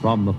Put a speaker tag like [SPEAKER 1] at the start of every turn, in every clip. [SPEAKER 1] From the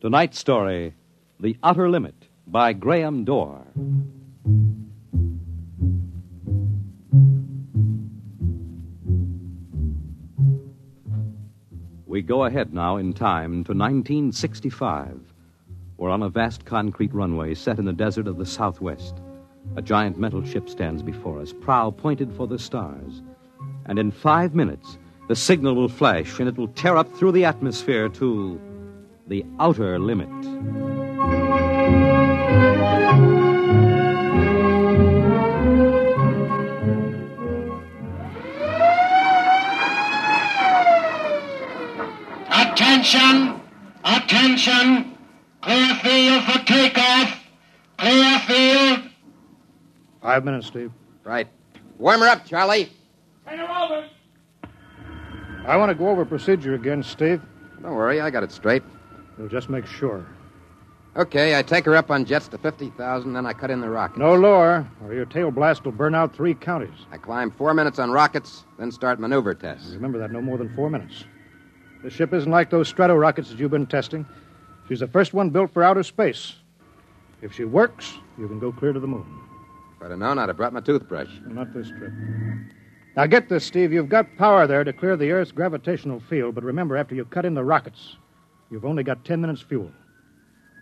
[SPEAKER 1] tonight's story The Outer Limit by Graham Dorr. We go ahead now in time to 1965. We're on a vast concrete runway set in the desert of the Southwest. A giant metal ship stands before us, prow pointed for the stars. And in five minutes, the signal will flash and it will tear up through the atmosphere to the outer limit.
[SPEAKER 2] Attention! Attention! Clear field for takeoff! Clear field!
[SPEAKER 3] Five minutes, Steve.
[SPEAKER 4] Right. Warm her up, Charlie.
[SPEAKER 3] I want to go over procedure again, Steve.
[SPEAKER 4] Don't worry, I got it straight.
[SPEAKER 3] We'll just make sure.
[SPEAKER 4] Okay, I take her up on jets to 50,000, then I cut in the rocket.
[SPEAKER 3] No lower, or your tail blast will burn out three counties.
[SPEAKER 4] I climb four minutes on rockets, then start maneuver tests.
[SPEAKER 3] Remember that, no more than four minutes. This ship isn't like those strato rockets that you've been testing. She's the first one built for outer space. If she works, you can go clear to the moon.
[SPEAKER 4] If I'd have known, I'd have brought my toothbrush.
[SPEAKER 3] Not this trip. Now get this, Steve. You've got power there to clear the Earth's gravitational field, but remember, after you cut in the rockets, you've only got ten minutes fuel.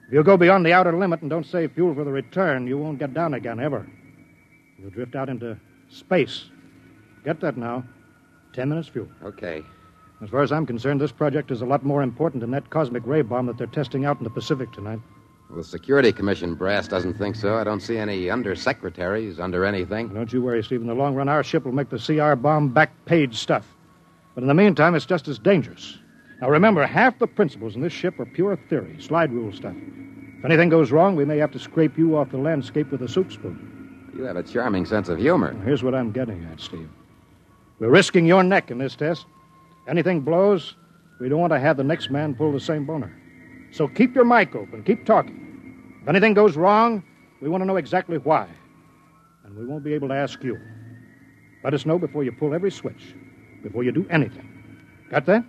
[SPEAKER 3] If you go beyond the outer limit and don't save fuel for the return, you won't get down again ever. You'll drift out into space. Get that now. Ten minutes fuel.
[SPEAKER 4] Okay.
[SPEAKER 3] As far as I'm concerned, this project is a lot more important than that cosmic ray bomb that they're testing out in the Pacific tonight.
[SPEAKER 4] Well, the Security Commission brass doesn't think so. I don't see any undersecretaries under anything.
[SPEAKER 3] Don't you worry, Steve. In the long run, our ship will make the CR bomb back page stuff. But in the meantime, it's just as dangerous. Now, remember, half the principles in this ship are pure theory, slide rule stuff. If anything goes wrong, we may have to scrape you off the landscape with a soup spoon.
[SPEAKER 4] You have a charming sense of humor.
[SPEAKER 3] Here's what I'm getting at, Steve. We're risking your neck in this test. Anything blows, we don't want to have the next man pull the same boner. So keep your mic open, keep talking. If anything goes wrong, we want to know exactly why. And we won't be able to ask you. Let us know before you pull every switch, before you do anything. Got that?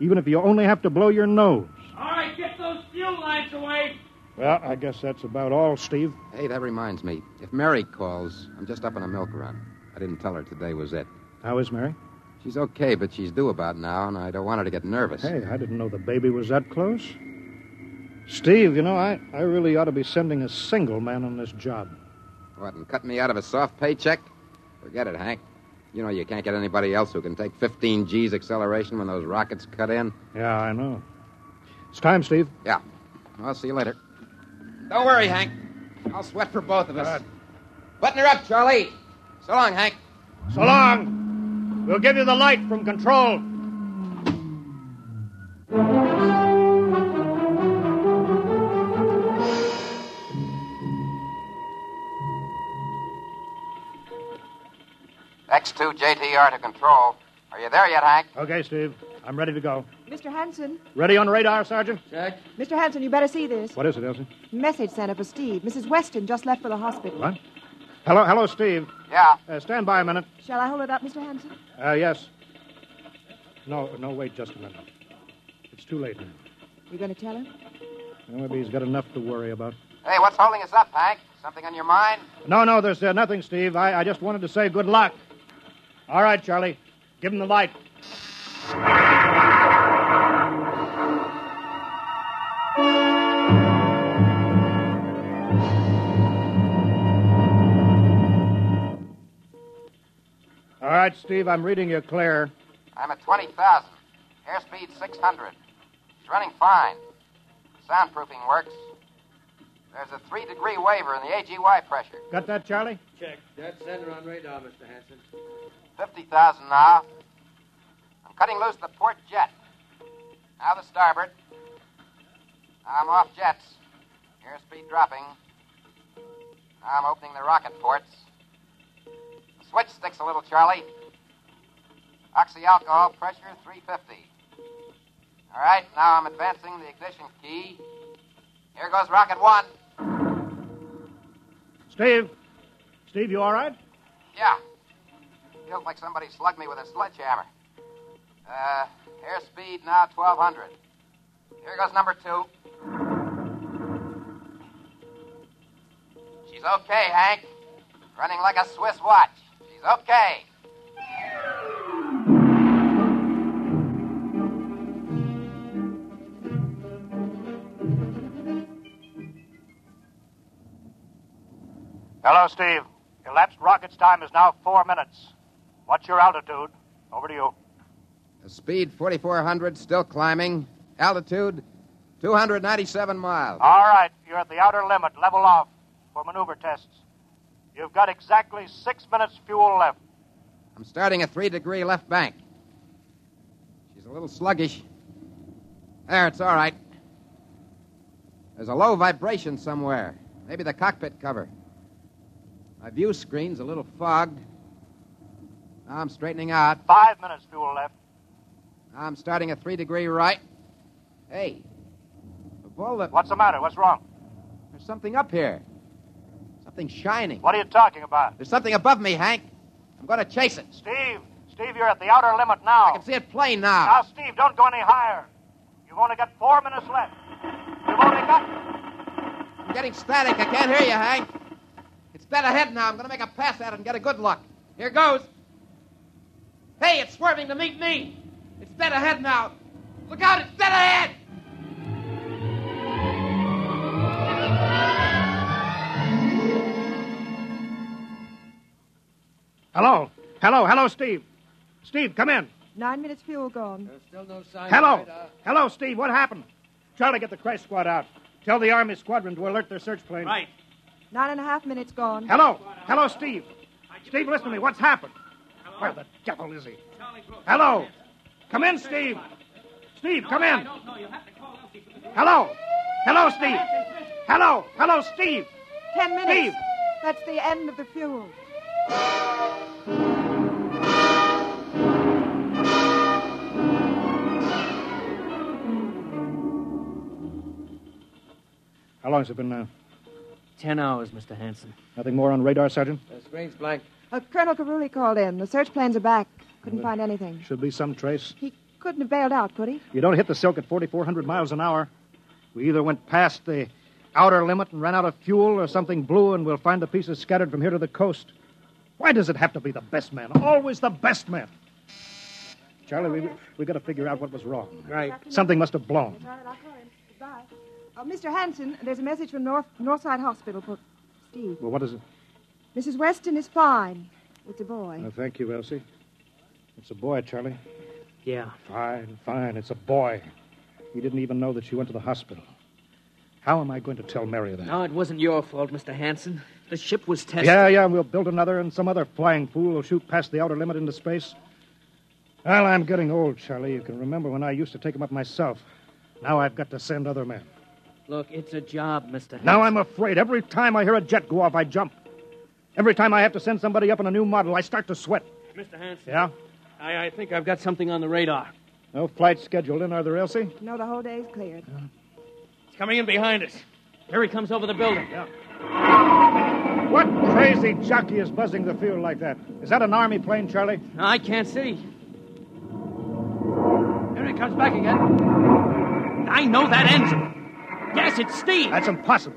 [SPEAKER 3] Even if you only have to blow your nose.
[SPEAKER 5] All right, get those fuel lines away.
[SPEAKER 3] Well, I guess that's about all, Steve.
[SPEAKER 4] Hey, that reminds me. If Mary calls, I'm just up on a milk run. I didn't tell her today was it.
[SPEAKER 3] How is Mary?
[SPEAKER 4] She's okay, but she's due about now, and I don't want her to get nervous.
[SPEAKER 3] Hey, I didn't know the baby was that close. Steve, you know, I, I really ought to be sending a single man on this job.
[SPEAKER 4] What, and cut me out of a soft paycheck? Forget it, Hank. You know you can't get anybody else who can take 15 G's acceleration when those rockets cut in.
[SPEAKER 3] Yeah, I know. It's time, Steve.
[SPEAKER 4] Yeah. I'll see you later. Don't worry, Hank. I'll sweat for both of us. Button her up, Charlie. So long, Hank.
[SPEAKER 3] So long. We'll give you the light from control.
[SPEAKER 4] X2 JTR to control. Are you there yet, Hank?
[SPEAKER 3] Okay, Steve. I'm ready to go.
[SPEAKER 6] Mr. Hanson,
[SPEAKER 3] Ready on radar, Sergeant?
[SPEAKER 6] Mr. Hanson, you better see this.
[SPEAKER 3] What is it, Elsie?
[SPEAKER 6] Message sent up for Steve. Mrs. Weston just left for the hospital.
[SPEAKER 3] What? Hello, hello, Steve.
[SPEAKER 4] Yeah.
[SPEAKER 3] Uh, stand by a minute.
[SPEAKER 6] Shall I hold it up, Mr. Hanson?
[SPEAKER 3] Uh, yes. No, no, wait just a minute. It's too late now.
[SPEAKER 6] You going to tell him?
[SPEAKER 3] Well, Maybe he's got enough to worry about.
[SPEAKER 4] Hey, what's holding us up, Hank? Something on your mind?
[SPEAKER 3] No, no, there's uh, nothing, Steve. I, I just wanted to say good luck. All right, Charlie. Give him the light. All right, Steve, I'm reading you clear.
[SPEAKER 4] I'm at 20,000. Airspeed 600. He's running fine. Soundproofing works. There's a three degree waiver in the AGY pressure.
[SPEAKER 3] Got that, Charlie?
[SPEAKER 7] That's center on radar, Mr. Hanson.
[SPEAKER 4] 50,000 now. I'm cutting loose the port jet. Now the starboard. I'm off jets. Airspeed dropping. Now I'm opening the rocket ports. The switch sticks a little, Charlie. Oxy alcohol pressure 350. All right, now I'm advancing the ignition key. Here goes rocket one.
[SPEAKER 3] Steve? Steve, you all right?
[SPEAKER 4] Yeah. Feels like somebody slugged me with a sledgehammer. Uh, airspeed now 1200. Here goes number two. She's okay, Hank. Running like a Swiss watch. She's okay.
[SPEAKER 3] Hello, Steve. Elapsed rocket's time is now four minutes. What's your altitude? Over to you.
[SPEAKER 4] Speed 4,400, still climbing. Altitude 297 miles.
[SPEAKER 3] All right, you're at the outer limit. Level off for maneuver tests. You've got exactly six minutes fuel left.
[SPEAKER 4] I'm starting a three degree left bank. She's a little sluggish. There, it's all right. There's a low vibration somewhere. Maybe the cockpit cover. My view screen's a little fogged. Now I'm straightening out.
[SPEAKER 3] Five minutes fuel left.
[SPEAKER 4] Now I'm starting a three degree right. Hey, the bullet.
[SPEAKER 3] What's the matter? What's wrong?
[SPEAKER 4] There's something up here. Something shining.
[SPEAKER 3] What are you talking about?
[SPEAKER 4] There's something above me, Hank. I'm going to chase it.
[SPEAKER 3] Steve, Steve, you're at the outer limit
[SPEAKER 4] I
[SPEAKER 3] now.
[SPEAKER 4] can see it plain now.
[SPEAKER 3] Now, Steve, don't go any higher. You've only got four minutes left. You've only got.
[SPEAKER 4] I'm getting static. I can't hear you, Hank. It's dead ahead now. I'm going to make a pass at it and get a good look. Here goes. Hey, it's swerving to meet me. It's dead ahead now. Look out, it's dead ahead.
[SPEAKER 3] Hello. Hello. Hello, Steve. Steve, come in.
[SPEAKER 6] Nine minutes fuel gone.
[SPEAKER 7] There's still no sign
[SPEAKER 3] Hello.
[SPEAKER 7] of radar.
[SPEAKER 3] Hello, Steve. What happened? Try to get the crash squad out. Tell the Army squadron to alert their search plane. Right.
[SPEAKER 6] Nine and a half minutes gone.
[SPEAKER 3] Hello. Hello, Steve. Steve, listen to me. What's happened? Where the devil is he? Hello. Come in, Steve. Steve, come in. Hello. Hello, Steve. Hello. Hello, Steve.
[SPEAKER 6] Ten minutes.
[SPEAKER 3] Steve.
[SPEAKER 6] That's the end of the fuel.
[SPEAKER 3] How long has it been now?
[SPEAKER 8] Ten hours, Mr. Hanson.
[SPEAKER 3] Nothing more on radar, Sergeant?
[SPEAKER 7] The screen's blank.
[SPEAKER 6] Uh, Colonel Caruli called in. The search planes are back. Couldn't find anything.
[SPEAKER 3] Should be some trace.
[SPEAKER 6] He couldn't have bailed out, could he?
[SPEAKER 3] You don't hit the silk at 4,400 miles an hour. We either went past the outer limit and ran out of fuel, or something blew, and we'll find the pieces scattered from here to the coast. Why does it have to be the best man? Always the best man. Charlie, we, we got to figure out what was wrong.
[SPEAKER 7] Right.
[SPEAKER 3] Something must have blown.
[SPEAKER 6] All right, I'll call him. Goodbye. Uh, Mr. Hanson, there's a message from North Northside Hospital for Steve.
[SPEAKER 3] Well, what is it?
[SPEAKER 6] Mrs. Weston is fine. It's a boy.
[SPEAKER 3] Oh, thank you, Elsie. It's a boy, Charlie.
[SPEAKER 8] Yeah.
[SPEAKER 3] Fine, fine. It's a boy. He didn't even know that she went to the hospital. How am I going to tell Mary that?
[SPEAKER 8] No, it wasn't your fault, Mr. Hanson. The ship was tested.
[SPEAKER 3] Yeah, yeah, and we'll build another, and some other flying fool will shoot past the outer limit into space. Well, I'm getting old, Charlie. You can remember when I used to take 'em up myself. Now I've got to send other men.
[SPEAKER 8] Look, it's a job, Mr. Hanson.
[SPEAKER 3] Now I'm afraid. Every time I hear a jet go off, I jump. Every time I have to send somebody up in a new model, I start to sweat.
[SPEAKER 8] Mr. Hanson,
[SPEAKER 3] Yeah?
[SPEAKER 8] I, I think I've got something on the radar.
[SPEAKER 3] No flights scheduled in, are there, Elsie?
[SPEAKER 6] No, the whole day's cleared.
[SPEAKER 8] It's coming in behind us. Here he comes over the building.
[SPEAKER 3] What crazy jockey is buzzing the field like that? Is that an army plane, Charlie?
[SPEAKER 8] No, I can't see. Here he comes back again. I know that engine. Yes, it's Steve.
[SPEAKER 3] That's impossible.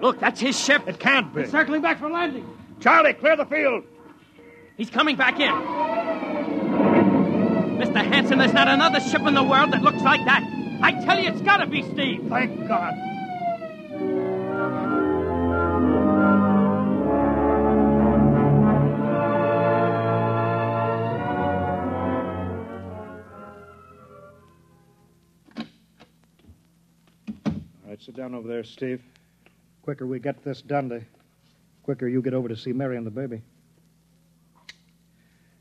[SPEAKER 8] Look, that's his ship.
[SPEAKER 3] It can't be.
[SPEAKER 8] Circling back for landing.
[SPEAKER 3] Charlie, clear the field.
[SPEAKER 8] He's coming back in.
[SPEAKER 9] Mr. Hanson, there's not another ship in the world that looks like that. I tell you, it's gotta be Steve.
[SPEAKER 3] Thank God. All right, sit down over there, Steve. Quicker we get this done, the quicker you get over to see Mary and the baby.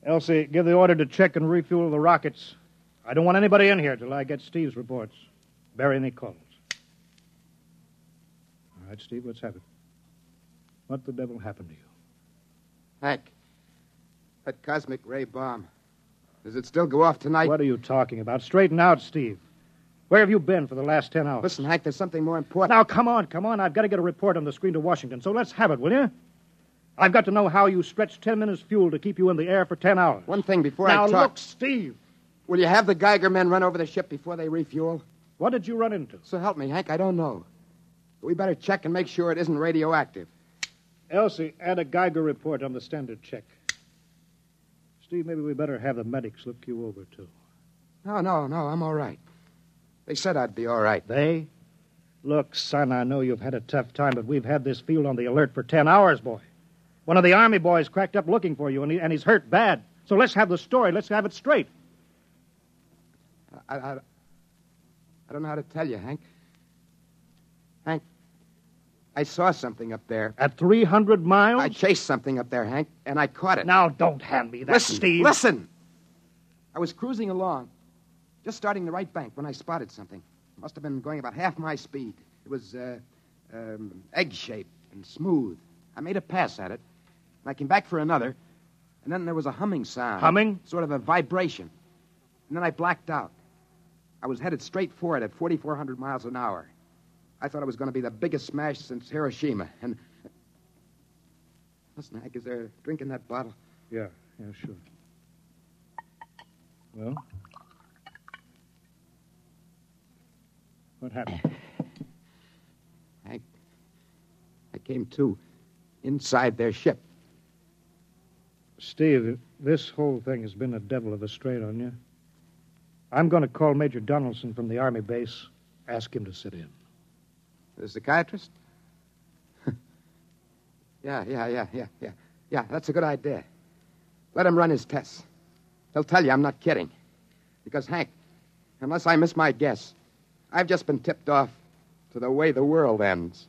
[SPEAKER 3] Elsie, give the order to check and refuel the rockets. I don't want anybody in here till I get Steve's reports. Bury any calls. All right, Steve, let's have it. What the devil happened to you?
[SPEAKER 1] Hank, that cosmic ray bomb. Does it still go off tonight?
[SPEAKER 3] What are you talking about? Straighten out, Steve. Where have you been for the last ten hours?
[SPEAKER 1] Listen, Hank, there's something more important.
[SPEAKER 3] Now, come on, come on. I've got to get a report on the screen to Washington, so let's have it, will you? I've got to know how you stretched ten minutes fuel to keep you in the air for ten hours.
[SPEAKER 1] One thing before
[SPEAKER 3] now,
[SPEAKER 1] I talk.
[SPEAKER 3] Now, look, Steve.
[SPEAKER 1] Will you have the Geiger men run over the ship before they refuel?
[SPEAKER 3] What did you run into?
[SPEAKER 1] So help me, Hank, I don't know. But we better check and make sure it isn't radioactive.
[SPEAKER 3] Elsie, add a Geiger report on the standard check. Steve, maybe we better have the medics look you over, too.
[SPEAKER 1] No, no, no, I'm all right. They said I'd be all right.
[SPEAKER 3] They? Look, son, I know you've had a tough time, but we've had this field on the alert for ten hours, boy. One of the army boys cracked up looking for you, and, he, and he's hurt bad. So let's have the story. Let's have it straight.
[SPEAKER 1] I, I, I don't know how to tell you, Hank. Hank, I saw something up there.
[SPEAKER 3] At 300 miles?
[SPEAKER 1] I chased something up there, Hank, and I caught it.
[SPEAKER 3] Now, don't hand me that,
[SPEAKER 1] listen,
[SPEAKER 3] Steve.
[SPEAKER 1] Listen! I was cruising along, just starting the right bank, when I spotted something. It must have been going about half my speed. It was uh, um, egg shaped and smooth. I made a pass at it, and I came back for another, and then there was a humming sound.
[SPEAKER 3] Humming?
[SPEAKER 1] Sort of a vibration. And then I blacked out. I was headed straight for it at 4,400 miles an hour. I thought it was going to be the biggest smash since Hiroshima. And listen, Hank, is there a drink in that bottle?
[SPEAKER 3] Yeah, yeah, sure. Well, what happened?
[SPEAKER 1] Hank, I came to inside their ship.
[SPEAKER 3] Steve, this whole thing has been a devil of a strain on you. I'm going to call Major Donaldson from the Army base, ask him to sit in.
[SPEAKER 1] The psychiatrist? yeah, yeah, yeah, yeah, yeah. Yeah, that's a good idea. Let him run his tests. He'll tell you I'm not kidding. Because, Hank, unless I miss my guess, I've just been tipped off to the way the world ends.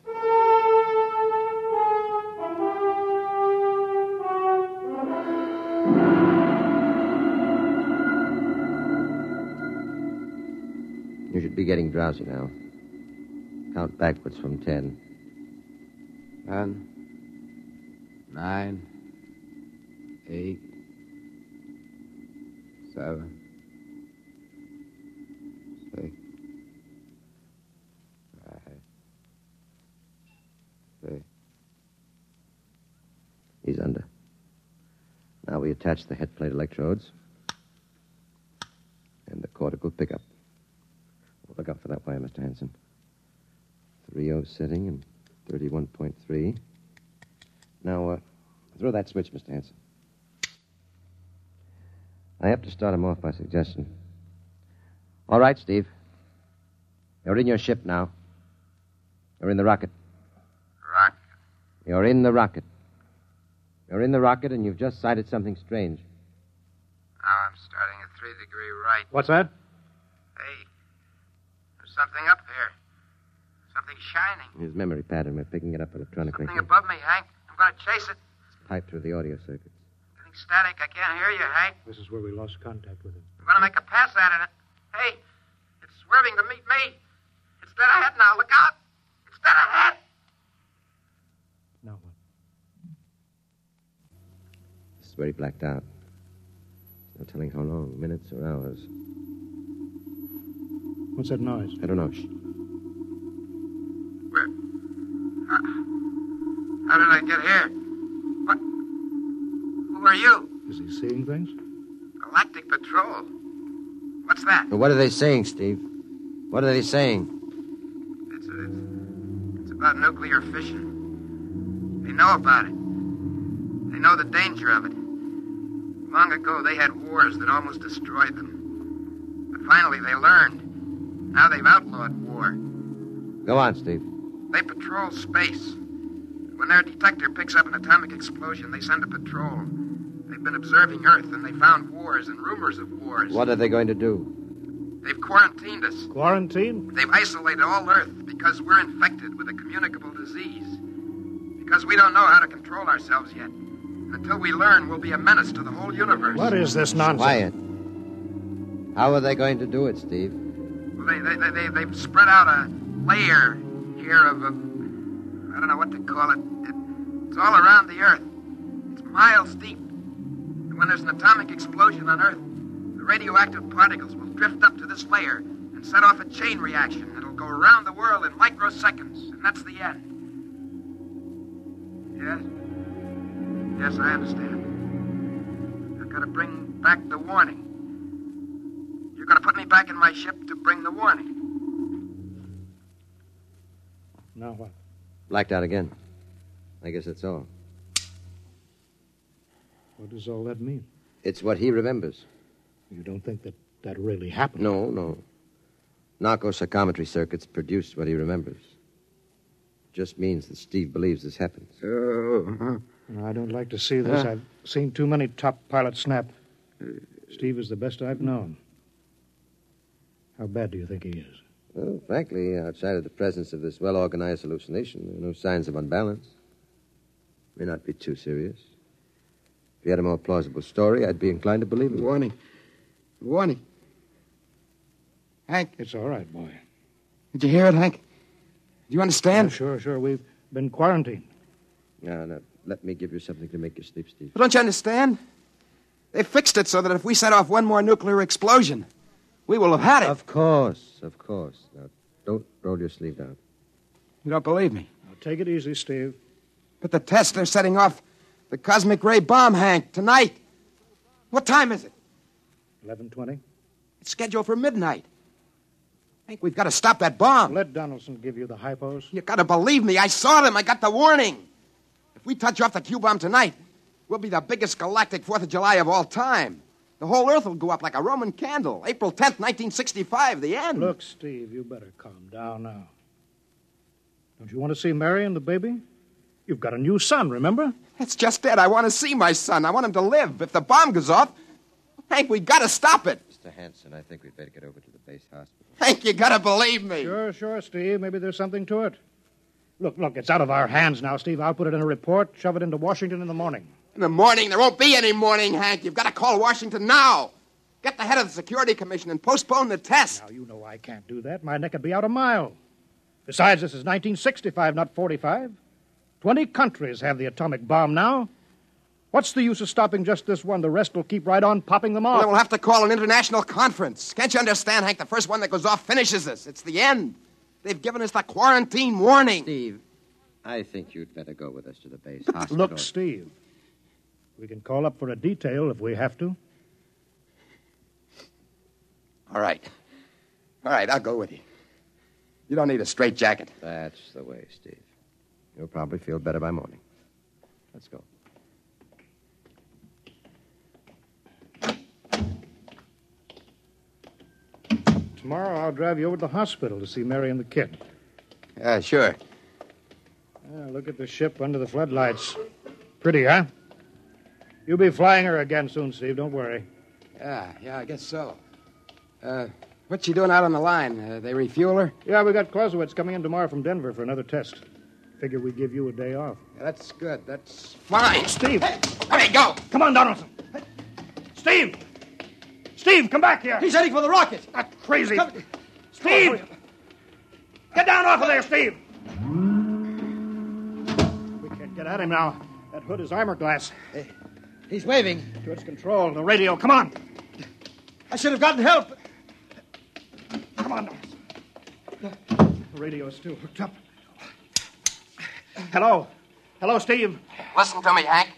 [SPEAKER 10] You should be getting drowsy now. Count backwards from ten.
[SPEAKER 1] Ten. Nine. Eight. Seven. Six. Five. Three.
[SPEAKER 10] He's under. Now we attach the head plate electrodes and the cortical pickup. Look up for that wire, Mr. Hanson. 3.0 setting oh and 31.3. Now, uh, throw that switch, Mr. Hanson. I have to start him off by suggestion. All right, Steve. You're in your ship now. You're in the rocket.
[SPEAKER 4] Rocket?
[SPEAKER 10] You're in the rocket. You're in the rocket, and you've just sighted something strange.
[SPEAKER 4] Now I'm starting at three degree right.
[SPEAKER 3] What's that?
[SPEAKER 4] Hey, there's something up here. Something shining.
[SPEAKER 10] His memory pattern. We're picking it up electronically.
[SPEAKER 4] Something above me, Hank. I'm going to chase it.
[SPEAKER 10] It's piped through the audio circuits.
[SPEAKER 4] Getting static. I can't hear you, Hank.
[SPEAKER 3] This is where we lost contact with him.
[SPEAKER 4] I'm going to make a pass at it. Hey, it's swerving to meet me. It's dead ahead now. Look out. It's dead ahead.
[SPEAKER 3] Now what?
[SPEAKER 10] This is where he blacked out. No telling how long, minutes or hours.
[SPEAKER 3] What's that noise?
[SPEAKER 10] I don't know. Shh.
[SPEAKER 4] Where? How, how did I get here? What? Who are you?
[SPEAKER 3] Is he seeing things?
[SPEAKER 4] Galactic Patrol. What's that?
[SPEAKER 10] Well, what are they saying, Steve? What are they saying?
[SPEAKER 4] It's, it's, it's about nuclear fission. They know about it. They know the danger of it. Long ago, they had wars that almost destroyed them. finally they learned. Now they've outlawed war.
[SPEAKER 11] Go on, Steve.
[SPEAKER 4] They patrol space. When their detector picks up an atomic explosion, they send a patrol. They've been observing Earth, and they found wars and rumors of wars.
[SPEAKER 11] What are they going to do?
[SPEAKER 4] They've quarantined us.
[SPEAKER 3] Quarantine?
[SPEAKER 4] They've isolated all Earth because we're infected with a communicable disease. Because we don't know how to control ourselves yet. Until we learn, we'll be a menace to the whole universe.
[SPEAKER 3] What is this nonsense?
[SPEAKER 11] Quiet. How are they going to do it, Steve?
[SPEAKER 4] Well, they, they, they, they, have spread out a layer here of, of, I don't know what to call it. It's all around the Earth. It's miles deep. And when there's an atomic explosion on Earth, the radioactive particles will drift up to this layer and set off a chain reaction that'll go around the world in microseconds, and that's the end. Yes? Yes, I understand. I've got to bring back the warning. You're going to put me back in my ship to bring the warning.
[SPEAKER 3] Now what?
[SPEAKER 11] Blacked out again. I guess that's all.
[SPEAKER 3] What does all that mean?
[SPEAKER 11] It's what he remembers.
[SPEAKER 3] You don't think that that really happened?
[SPEAKER 11] No, no. Narco-psychometry circuits produce what he remembers. It just means that Steve believes this happened.
[SPEAKER 3] Oh. No, I don't like to see
[SPEAKER 1] Uh.
[SPEAKER 3] this. I've seen too many top pilots snap. Steve is the best I've known. How bad do you think he is?
[SPEAKER 11] Well, frankly, outside of the presence of this well organized hallucination, there are no signs of unbalance. May not be too serious. If he had a more plausible story, I'd be inclined to believe him.
[SPEAKER 1] Warning. Warning. Hank.
[SPEAKER 3] It's all right, boy.
[SPEAKER 1] Did you hear it, Hank? Do you understand?
[SPEAKER 3] Yeah, sure, sure. We've been quarantined.
[SPEAKER 11] No, no. Let me give you something to make you sleep, Steve.
[SPEAKER 1] But don't you understand? They fixed it so that if we set off one more nuclear explosion, we will have had it.
[SPEAKER 11] Of course, of course. Now, don't roll your sleeve down.
[SPEAKER 1] You don't believe me?
[SPEAKER 3] Now, take it easy, Steve.
[SPEAKER 1] But the test, they're setting off the cosmic ray bomb, Hank, tonight. What time is it?
[SPEAKER 3] 11.20.
[SPEAKER 1] It's scheduled for midnight. Hank, we've got to stop that bomb.
[SPEAKER 3] Let Donaldson give you the hypos.
[SPEAKER 1] You got to believe me. I saw them. I got the warning. If we touch off the Q bomb tonight, we'll be the biggest galactic Fourth of July of all time. The whole Earth will go up like a Roman candle. April 10th, 1965, the end.
[SPEAKER 3] Look, Steve, you better calm down now. Don't you want to see Mary and the baby? You've got a new son, remember?
[SPEAKER 1] That's just it. I want to see my son. I want him to live. If the bomb goes off, Hank, we got to stop it.
[SPEAKER 11] Mr. Hanson, I think we'd better get over to the base hospital.
[SPEAKER 1] Hank, you got to believe me.
[SPEAKER 3] Sure, sure, Steve. Maybe there's something to it. Look, look, it's out of our hands now, Steve. I'll put it in a report, shove it into Washington in the morning.
[SPEAKER 1] In the morning? There won't be any morning, Hank. You've got to call Washington now. Get the head of the Security Commission and postpone the test.
[SPEAKER 3] Now, you know I can't do that. My neck would be out a mile. Besides, this is 1965, not 45. Twenty countries have the atomic bomb now. What's the use of stopping just this one? The rest will keep right on popping them off.
[SPEAKER 1] Well, then we'll have to call an international conference. Can't you understand, Hank? The first one that goes off finishes us. It's the end. They've given us the quarantine warning.
[SPEAKER 11] Steve, I think you'd better go with us to the base hospital.
[SPEAKER 3] Look, Steve, we can call up for a detail if we have to.
[SPEAKER 1] All right. All right, I'll go with you. You don't need a straitjacket.
[SPEAKER 11] That's the way, Steve. You'll probably feel better by morning. Let's go.
[SPEAKER 3] Tomorrow I'll drive you over to the hospital to see Mary and the kid.
[SPEAKER 1] Yeah, sure.
[SPEAKER 3] Yeah, look at the ship under the floodlights. Pretty, huh? You'll be flying her again soon, Steve. Don't worry.
[SPEAKER 1] Yeah, yeah, I guess so. Uh, what's she doing out on the line? Uh, they refuel her?
[SPEAKER 3] Yeah, we got Clausewitz coming in tomorrow from Denver for another test. Figure we give you a day off.
[SPEAKER 1] Yeah, that's good. That's fine.
[SPEAKER 3] Steve!
[SPEAKER 1] Hey, hurry, go!
[SPEAKER 3] Come on, Donaldson! Hey. Steve! Steve, come back here.
[SPEAKER 1] He's heading for the rocket.
[SPEAKER 3] That's crazy. Come. Steve! Come get down off of there, Steve! We can't get at him now. That hood is armor glass. Hey,
[SPEAKER 1] he's waving.
[SPEAKER 3] To its control, the radio. Come on.
[SPEAKER 1] I should have gotten help.
[SPEAKER 3] Come on. The radio is still hooked up. Hello. Hello, Steve.
[SPEAKER 12] Listen to me, Hank.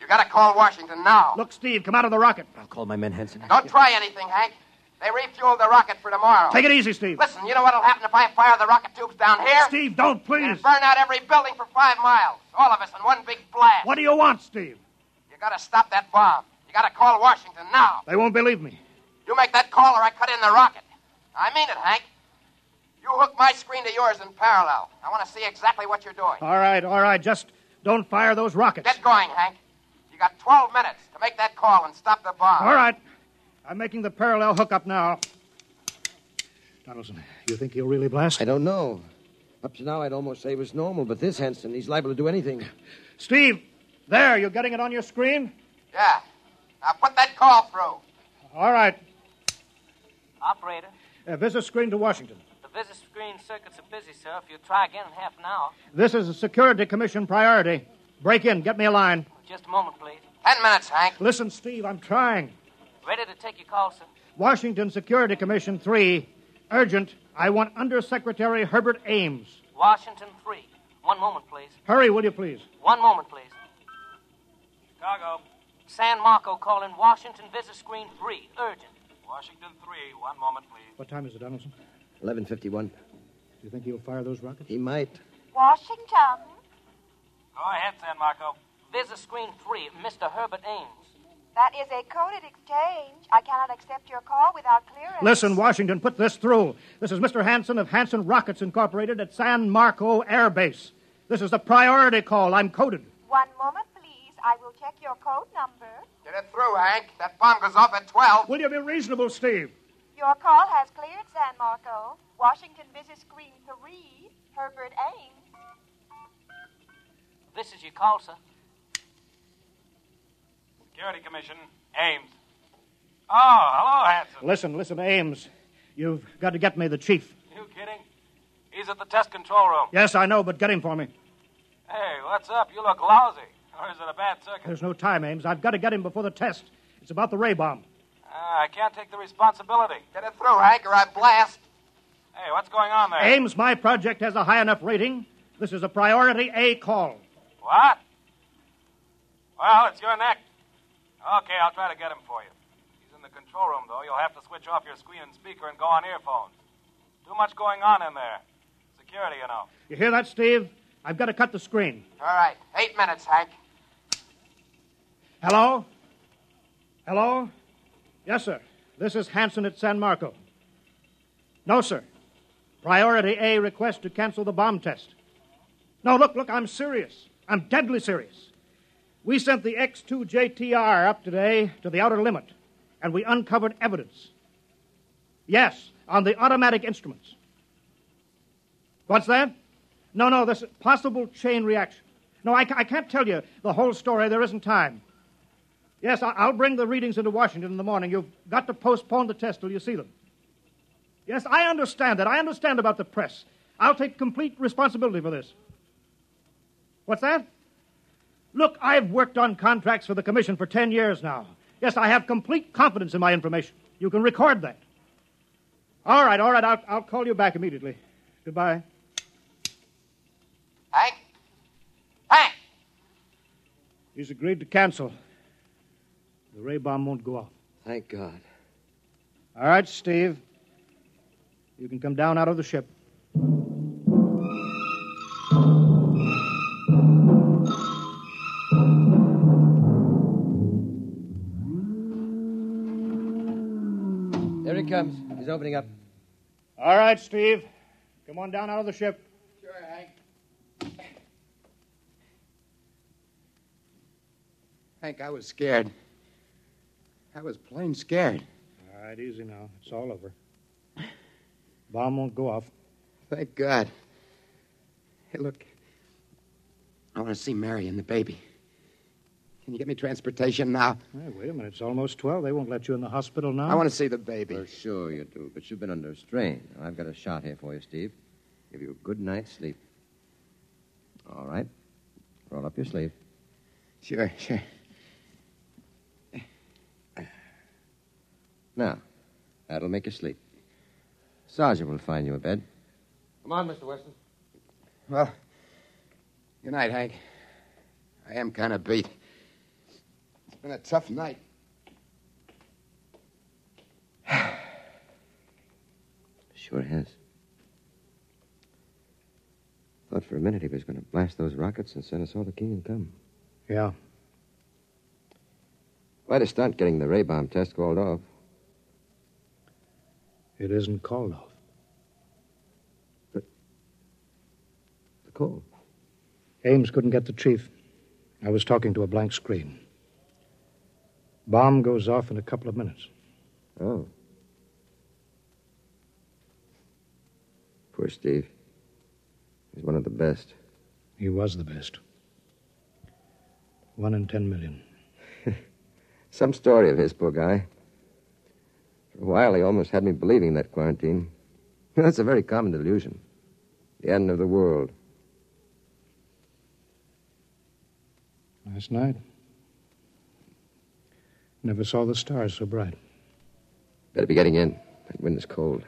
[SPEAKER 12] You gotta call Washington now.
[SPEAKER 3] Look, Steve, come out of the rocket.
[SPEAKER 11] I'll call my men, Henson.
[SPEAKER 12] Don't try anything, Hank. They refueled the rocket for tomorrow.
[SPEAKER 3] Take it easy, Steve.
[SPEAKER 12] Listen, you know what'll happen if I fire the rocket tubes down here?
[SPEAKER 3] Steve, don't, please. And
[SPEAKER 12] burn out every building for five miles. All of us in one big blast.
[SPEAKER 3] What do you want, Steve?
[SPEAKER 12] You gotta stop that bomb. You gotta call Washington now.
[SPEAKER 3] They won't believe me.
[SPEAKER 4] You make that call or I cut in the rocket. I mean it, Hank. You hook my screen to yours in parallel. I want to see exactly what you're doing.
[SPEAKER 3] All right, all right. Just don't fire those rockets.
[SPEAKER 4] Get going, Hank. You got 12 minutes to make that call and stop the bomb.
[SPEAKER 3] All right. I'm making the parallel hookup now. Donaldson, you think he'll really blast?
[SPEAKER 1] I don't know. Up to now, I'd almost say it was normal, but this Henson, he's liable to do anything.
[SPEAKER 3] Steve, there, you're getting it on your screen?
[SPEAKER 4] Yeah. Now put that call through.
[SPEAKER 3] All right.
[SPEAKER 9] Operator.
[SPEAKER 3] Uh, visit screen to Washington.
[SPEAKER 9] The visit screen circuits are busy, sir. If you try again in half an hour.
[SPEAKER 3] This is a Security Commission priority. Break in. Get me a line.
[SPEAKER 9] Just a moment, please.
[SPEAKER 4] Ten minutes, Hank.
[SPEAKER 3] Listen, Steve, I'm trying.
[SPEAKER 9] Ready to take your call, sir.
[SPEAKER 3] Washington Security Commission 3. Urgent. I want Undersecretary Herbert Ames.
[SPEAKER 9] Washington 3. One moment, please.
[SPEAKER 3] Hurry, will you please?
[SPEAKER 9] One moment, please.
[SPEAKER 11] Chicago.
[SPEAKER 9] San Marco calling Washington Visit Screen 3. Urgent.
[SPEAKER 11] Washington 3. One moment, please.
[SPEAKER 3] What time is it, Donaldson?
[SPEAKER 1] 11.51. Do
[SPEAKER 3] you think he'll fire those rockets?
[SPEAKER 1] He might.
[SPEAKER 6] Washington.
[SPEAKER 11] Go ahead, San Marco.
[SPEAKER 9] Visit Screen 3. Mr. Herbert Ames.
[SPEAKER 6] That is a coded exchange. I cannot accept your call without clearance.
[SPEAKER 3] Listen, Washington, put this through. This is Mr. Hanson of Hanson Rockets Incorporated at San Marco Air Base. This is the priority call. I'm coded.
[SPEAKER 6] One moment, please. I will check your code number.
[SPEAKER 4] Get it through, Hank. That bomb goes off at 12.
[SPEAKER 3] Will you be reasonable, Steve?
[SPEAKER 6] Your call has cleared, San Marco. Washington Visit Screen 3, Herbert Ames.
[SPEAKER 9] This is your call, sir.
[SPEAKER 11] Security Commission, Ames. Oh, hello, Hanson.
[SPEAKER 3] Listen, listen, Ames. You've got to get me the chief.
[SPEAKER 11] You kidding? He's at the test control room.
[SPEAKER 3] Yes, I know, but get him for me.
[SPEAKER 11] Hey, what's up? You look lousy. Or is it a bad circuit?
[SPEAKER 3] There's no time, Ames. I've got to get him before the test. It's about the ray bomb.
[SPEAKER 11] Uh, I can't take the responsibility.
[SPEAKER 4] Get it through, Hank, or I blast.
[SPEAKER 11] Hey, what's going on there?
[SPEAKER 3] Ames, my project has a high enough rating. This is a priority A call.
[SPEAKER 11] What? Well, it's your neck. Okay, I'll try to get him for you. He's in the control room, though. You'll have to switch off your screen and speaker and go on earphones. Too much going on in there. Security, you know.
[SPEAKER 3] You hear that, Steve? I've got to cut the screen.
[SPEAKER 4] All right. Eight minutes, Hank.
[SPEAKER 3] Hello? Hello? Yes, sir. This is Hanson at San Marco. No, sir. Priority A request to cancel the bomb test. No, look, look, I'm serious. I'm deadly serious. We sent the X2JTR up today to the outer limit, and we uncovered evidence. Yes, on the automatic instruments. What's that? No, no, this possible chain reaction. No, I, I can't tell you the whole story. There isn't time. Yes, I, I'll bring the readings into Washington in the morning. You've got to postpone the test till you see them. Yes, I understand that. I understand about the press. I'll take complete responsibility for this. What's that? Look, I've worked on contracts for the Commission for 10 years now. Yes, I have complete confidence in my information. You can record that. All right, all right, I'll, I'll call you back immediately. Goodbye.
[SPEAKER 4] Hank? Hank!
[SPEAKER 3] He's agreed to cancel. The ray bomb won't go off.
[SPEAKER 1] Thank God.
[SPEAKER 3] All right, Steve. You can come down out of the ship.
[SPEAKER 1] comes. He's opening up.
[SPEAKER 3] All right, Steve. Come on down out of the ship.
[SPEAKER 4] Sure, Hank.
[SPEAKER 2] Hank, I was scared. I was plain scared.
[SPEAKER 3] All right, easy now. It's all over. Bomb won't go off.
[SPEAKER 2] Thank God. Hey, look. I want to see Mary and the baby. Can you get me transportation now?
[SPEAKER 3] Hey, wait a minute. It's almost 12. They won't let you in the hospital now.
[SPEAKER 2] I want to see the baby.
[SPEAKER 1] Well, sure you do, but you've been under strain. I've got a shot here for you, Steve. Give you a good night's sleep. All right. Roll up your sleeve.
[SPEAKER 2] Sure, sure.
[SPEAKER 1] Now, that'll make you sleep. Sergeant will find you a bed.
[SPEAKER 13] Come on, Mr. Weston.
[SPEAKER 2] Well, good night, Hank. I am kind of beat. It's been a tough night.
[SPEAKER 1] sure has. Thought for a minute he was going to blast those rockets and send us all to King and Come.
[SPEAKER 3] Yeah.
[SPEAKER 1] Quite a stunt getting the ray bomb test called off.
[SPEAKER 3] It isn't called off.
[SPEAKER 14] But the call.
[SPEAKER 3] Ames couldn't get the chief. I was talking to a blank screen. Bomb goes off in a couple of minutes.
[SPEAKER 14] Oh. Poor Steve. He's one of the best.
[SPEAKER 3] He was the best. One in ten million.
[SPEAKER 14] Some story of his, poor guy. For a while, he almost had me believing that quarantine. That's a very common delusion. The end of the world.
[SPEAKER 3] Last night, never saw the stars so bright.
[SPEAKER 14] Better be getting in. That wind is cold.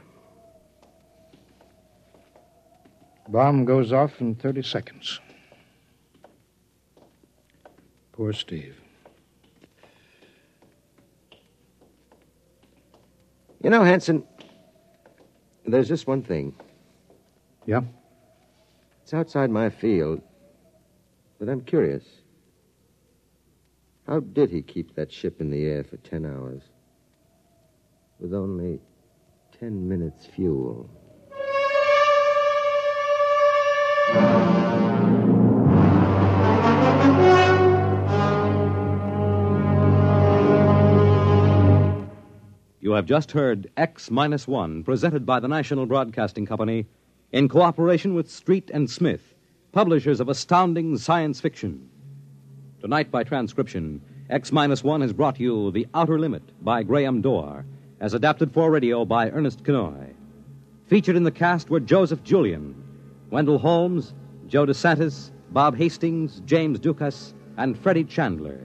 [SPEAKER 3] Bomb goes off in 30 seconds. Poor Steve.
[SPEAKER 14] You know, Hanson, there's just one thing.
[SPEAKER 3] Yeah?
[SPEAKER 14] It's outside my field, but I'm curious. How did he keep that ship in the air for ten hours? With only ten minutes' fuel.
[SPEAKER 1] You have just heard X Minus One, presented by the National Broadcasting Company in cooperation with Street and Smith, publishers of astounding science fiction. Tonight, by transcription, X Minus One has brought you The Outer Limit by Graham Dorr, as adapted for radio by Ernest Kenoy. Featured in the cast were Joseph Julian, Wendell Holmes, Joe DeSantis, Bob Hastings, James Dukas, and Freddie Chandler.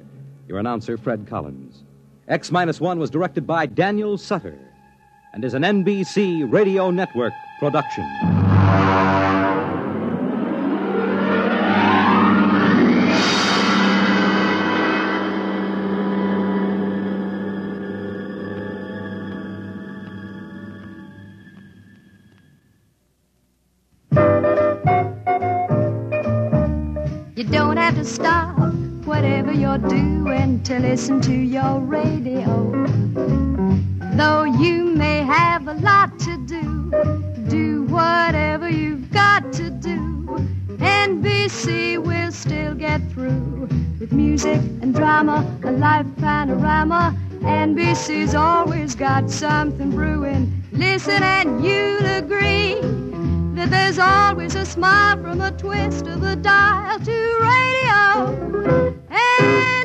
[SPEAKER 1] Your announcer, Fred Collins. X Minus One was directed by Daniel Sutter and is an NBC Radio Network production.
[SPEAKER 9] You don't have to stop whatever you're doing to listen to your radio. Though you may have a lot to do, do whatever you've got to do. NBC will still get through with music and drama, a life panorama. NBC's always got something brewing. Listen and you'll agree that there's always a smile from a twist of the dial to radio. And